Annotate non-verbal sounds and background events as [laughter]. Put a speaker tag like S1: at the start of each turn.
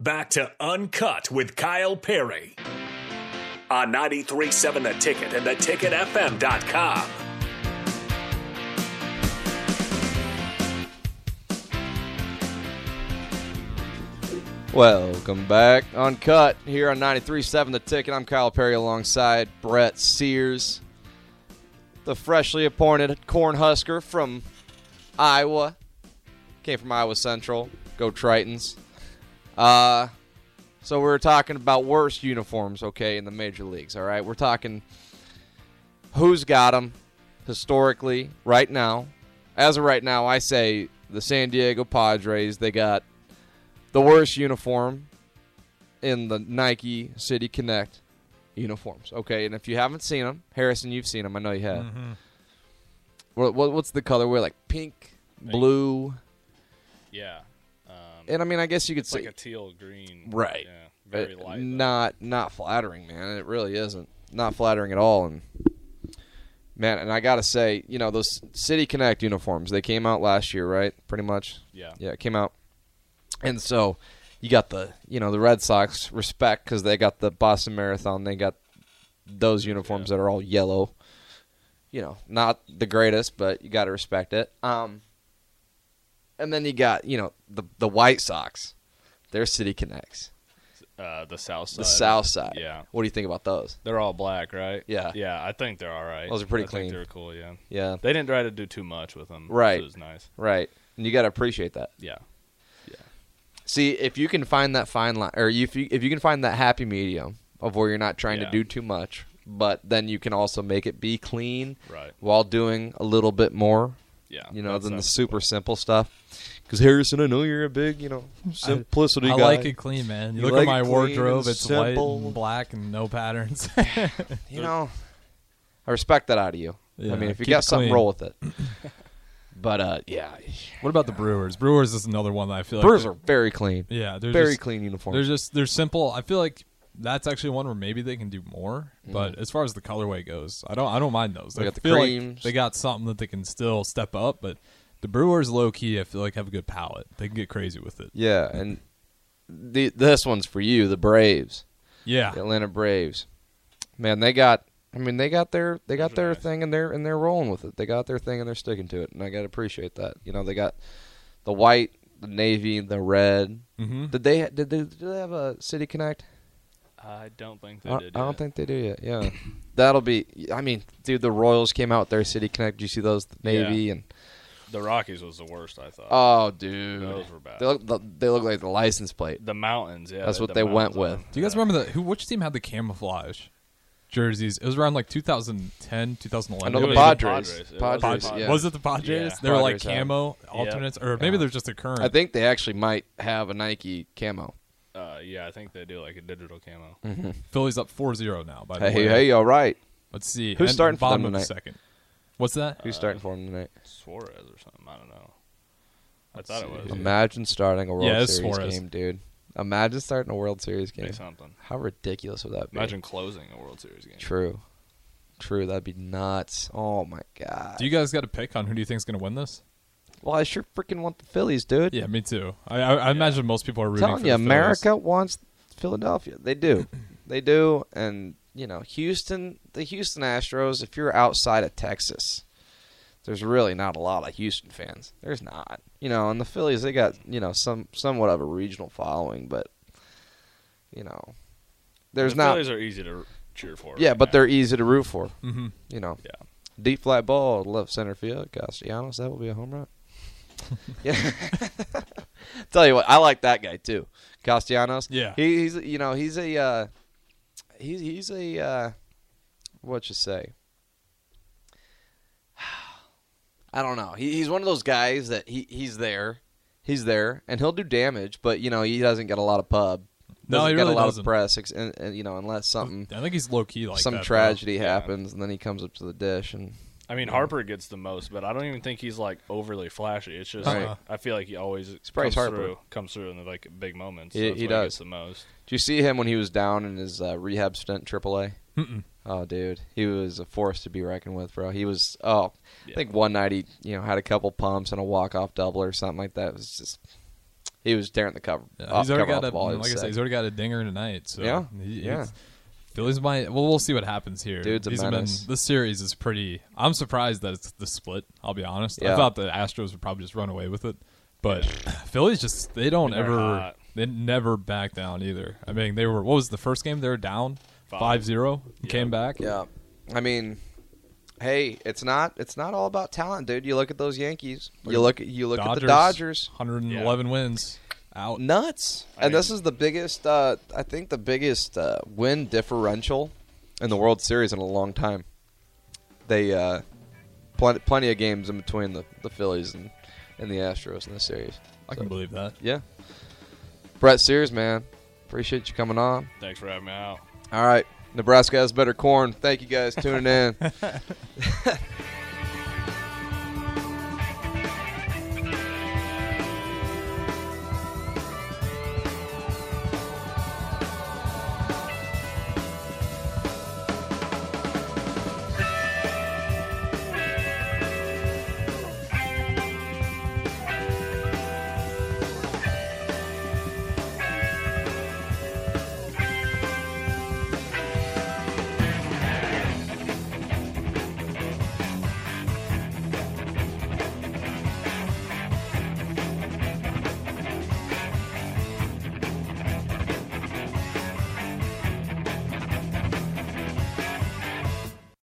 S1: Back to Uncut with Kyle Perry on 937 The Ticket and theticketfm.com.
S2: Welcome back. Uncut here on 93.7 The Ticket. I'm Kyle Perry alongside Brett Sears, the freshly appointed Cornhusker from Iowa. Came from Iowa Central. Go Tritons. Uh, so we were talking about worst uniforms, okay, in the major leagues, all right? We're talking who's got them historically right now. As of right now, I say the San Diego Padres, they got the worst uniform in the Nike City Connect uniforms. Okay, and if you haven't seen them, Harrison, you've seen them. I know you have. What, what, what's the colorway? Like pink, blue,
S3: Yeah. Um,
S2: and I mean, I guess you could
S3: it's
S2: say
S3: like a teal green.
S2: Right.
S3: Yeah. Very
S2: Uh,
S3: light. though.
S2: Not not flattering, man. It really isn't. Not flattering at all. And man, and I gotta say, you know, those City Connect uniforms, they came out last year, right? Pretty much.
S3: Yeah.
S2: Yeah, it came out. And so you got the you know the Red Sox respect because they got the Boston Marathon. They got those uniforms that are all yellow. You know, not the greatest, but you got to respect it. Um, and then you got you know the the White Sox, their City Connects.
S3: Uh, the south side.
S2: The south side.
S3: Yeah.
S2: What do you think about those?
S3: They're all black, right?
S2: Yeah.
S3: Yeah, I think they're all right.
S2: Those are pretty
S3: I
S2: clean.
S3: Think they're cool. Yeah.
S2: Yeah.
S3: They didn't try to do too much with them.
S2: Right.
S3: Which was nice.
S2: Right. And you got to appreciate that.
S3: Yeah.
S2: See, if you can find that fine line, or if you if you can find that happy medium of where you're not trying to
S3: Yeah.
S2: do too much, but then you can also make it be clean
S3: Right.
S2: while doing a little bit more.
S3: Yeah.
S2: You know,
S3: That's
S2: than the
S3: nice.
S2: super simple stuff. Because Harrison, I know you're a big, you know, simplicity
S4: I
S2: guy.
S4: like it clean, man. You,
S2: You
S4: look
S2: like
S4: at my
S2: it clean
S4: wardrobe;
S2: and
S4: it's white
S2: simple.
S4: and black and
S2: [laughs]
S4: no patterns.
S2: You know, I respect that out of you. I
S4: Yeah,
S2: mean, if you
S4: keep
S2: got
S4: it
S2: something,
S4: clean.
S2: roll with it. but uh, yeah,
S4: what about the Brewers? Brewers is another one that I feel like
S2: Brewers are very clean,
S4: yeah, they're
S2: very
S4: just,
S2: clean uniforms.
S4: They're just they're simple. I feel like that's actually one where maybe they can do more. But as far as the colorway goes, I don't I don't mind those.
S2: Mm-hmm. They
S4: I
S2: got the
S4: feel
S2: creams.
S4: like they got something that they can still step up. But the Brewers, low key, I feel like have a good palette. They can get crazy with it.
S2: Yeah, and the, this one's for you, the Braves,
S4: Yeah,
S2: the Atlanta Braves. Man, they got. I mean, they got their they got
S3: Those are
S2: their
S3: nice.
S2: thing, and they're and they're rolling with it. They got their thing, and they're sticking to it, and I gotta appreciate that. You know, they got the white, the navy, the red.
S4: hmm
S3: Mm-hmm.
S2: Did they did they, did they have a City Connect?
S3: I don't think
S2: I
S3: they
S2: don't,
S3: did.
S2: I don't
S3: yet.
S2: think they do yet. Yeah, [coughs] that'll be. I mean, dude, the Royals came out with their City Connect. Did you see those The navy and
S3: the Rockies was the worst. I thought.
S2: oh, dude,
S3: Those were bad.
S2: They look they look like the license plate.
S3: the mountains. Yeah.
S2: That's
S3: had
S2: what
S3: the
S2: they went
S3: mountains on
S2: with.
S3: them.
S4: Do you guys
S3: Yeah.
S4: remember the who? Which team had the camouflage jerseys? It was around like 2010, 2011.
S2: I know
S3: It
S2: the
S3: was
S2: Padres.
S3: Padres.
S2: Padres,
S3: It was the
S2: yeah.
S3: Padres.
S4: Was it the Padres?
S3: Yeah.
S4: They were like
S2: Padres had it.
S4: camo alternates, or maybe
S2: Yeah.
S4: they're just a current.
S2: I think they actually might have a Nike camo.
S3: Uh, yeah, I think they do like a digital camo.
S2: Hmm.
S4: Philly's up 4-0 now. By the
S2: Hey,
S4: way,
S2: hey, all right.
S4: let's see
S2: Who's
S4: And
S2: starting for
S4: bottom
S2: them
S4: of the
S2: tonight?
S4: second. Who's that?
S2: Who's starting for them tonight?
S3: Suarez or something. I don't know. I
S4: Let's
S3: thought it
S4: see.
S3: was.
S4: Um,
S2: Imagine starting a World
S4: Yeah, it's
S2: Series
S4: Suarez.
S2: game, dude. Imagine starting a World Series
S3: Say
S2: game.
S3: something.
S2: How ridiculous would that be?
S3: Imagine closing a World Series game.
S2: True. True. That'd be nuts. Oh, my God.
S4: do you guys got a pick on who do you think's going to win this?
S2: well, I sure freaking want the Phillies, dude.
S4: Yeah, me too. I, I, I imagine most people are
S2: I'm
S4: rooting
S2: telling
S4: for
S2: you,
S4: the
S2: America
S4: Phillies.
S2: wants Philadelphia. They do. they do. And, you know, Houston, the Houston Astros, if you're outside of Texas, there's really not a lot of Houston fans. There's not. You know, and the Phillies, they got, you know, some somewhat of a regional following, but, you know, there's
S3: the
S2: not.
S3: Phillies are easy to cheer for.
S2: yeah,
S3: right
S2: but
S3: now.
S2: they're easy to root for.
S4: Mhm.
S2: You know,
S3: Yeah.
S2: deep flat ball to left center field, Castellanos, that will be a home
S4: [laughs]
S2: run. yeah. [laughs] Tell you what, I like that guy too, Castellanos.
S4: Yeah.
S2: he, he's you know he's a uh, he's he's a uh, what you say. [sighs] I don't know. He, he's one of those guys that he, he's there, he's there, and he'll do damage, but you know he doesn't get a lot of pub.
S4: No,
S2: doesn't
S4: he
S2: get
S4: really
S2: a lot
S4: doesn't.
S2: of press, ex- and, and, you know, unless something
S4: I think he's low key like
S2: some
S4: that, though.
S2: tragedy
S3: Yeah.
S2: happens, and then he comes up to the dish and
S3: I mean, Harper gets the most, but I don't even think he's like overly flashy. It's just
S4: Right.
S3: like, I feel like he always
S2: Bryce
S3: comes
S2: Harper.
S3: through, comes through in the like big moments.
S2: He-
S3: so that's
S2: he
S3: why
S2: does.
S3: gets the most.
S2: Did you see him when he was down in his uh, rehab stint, AAA?
S4: Mm-mm.
S2: Oh, dude, he was a force to be reckoned with, bro. He was. Oh, I
S3: Yeah.
S2: think one night he, you know, had a couple pumps and a walk off double or something like that. It was just. He was tearing the cover.
S4: Yeah,
S2: off,
S4: he's already
S2: cover
S4: got
S2: off
S4: a
S2: the ball, he
S4: like
S2: was
S4: I said,
S2: sick.
S4: he's already got a dinger tonight. So
S2: Yeah,
S4: he-
S2: yeah.
S4: he's- Phillies might. Well, we'll see what happens here.
S2: Dude's a
S4: These have
S2: menace.
S4: Been, this series is pretty. I'm surprised that it's the split. I'll be honest.
S2: Yeah.
S4: I thought the Astros would probably just run away with it,
S2: [sighs]
S4: but Phillies just they don't
S3: They're
S4: ever
S3: hot.
S4: they never back down either. I mean, they were what was the first game? They were down five zero, came back.
S2: Yeah. I mean, hey, it's not it's not all about talent, dude. You look at those Yankees. You look at you look at the Dodgers.
S4: 111 wins out.
S2: Nuts.
S3: I
S2: and this
S3: mean-
S2: is the biggest uh I think the biggest uh win differential in the World Series in a long time. They uh plenty plenty of games in between the, the Phillies and, and the Astros in this series.
S4: I can believe that.
S2: Yeah. Brett Sears, man. Appreciate you coming on.
S3: Thanks for having me out. [laughs]
S2: All right. Nebraska has better corn. Thank you guys tuning in.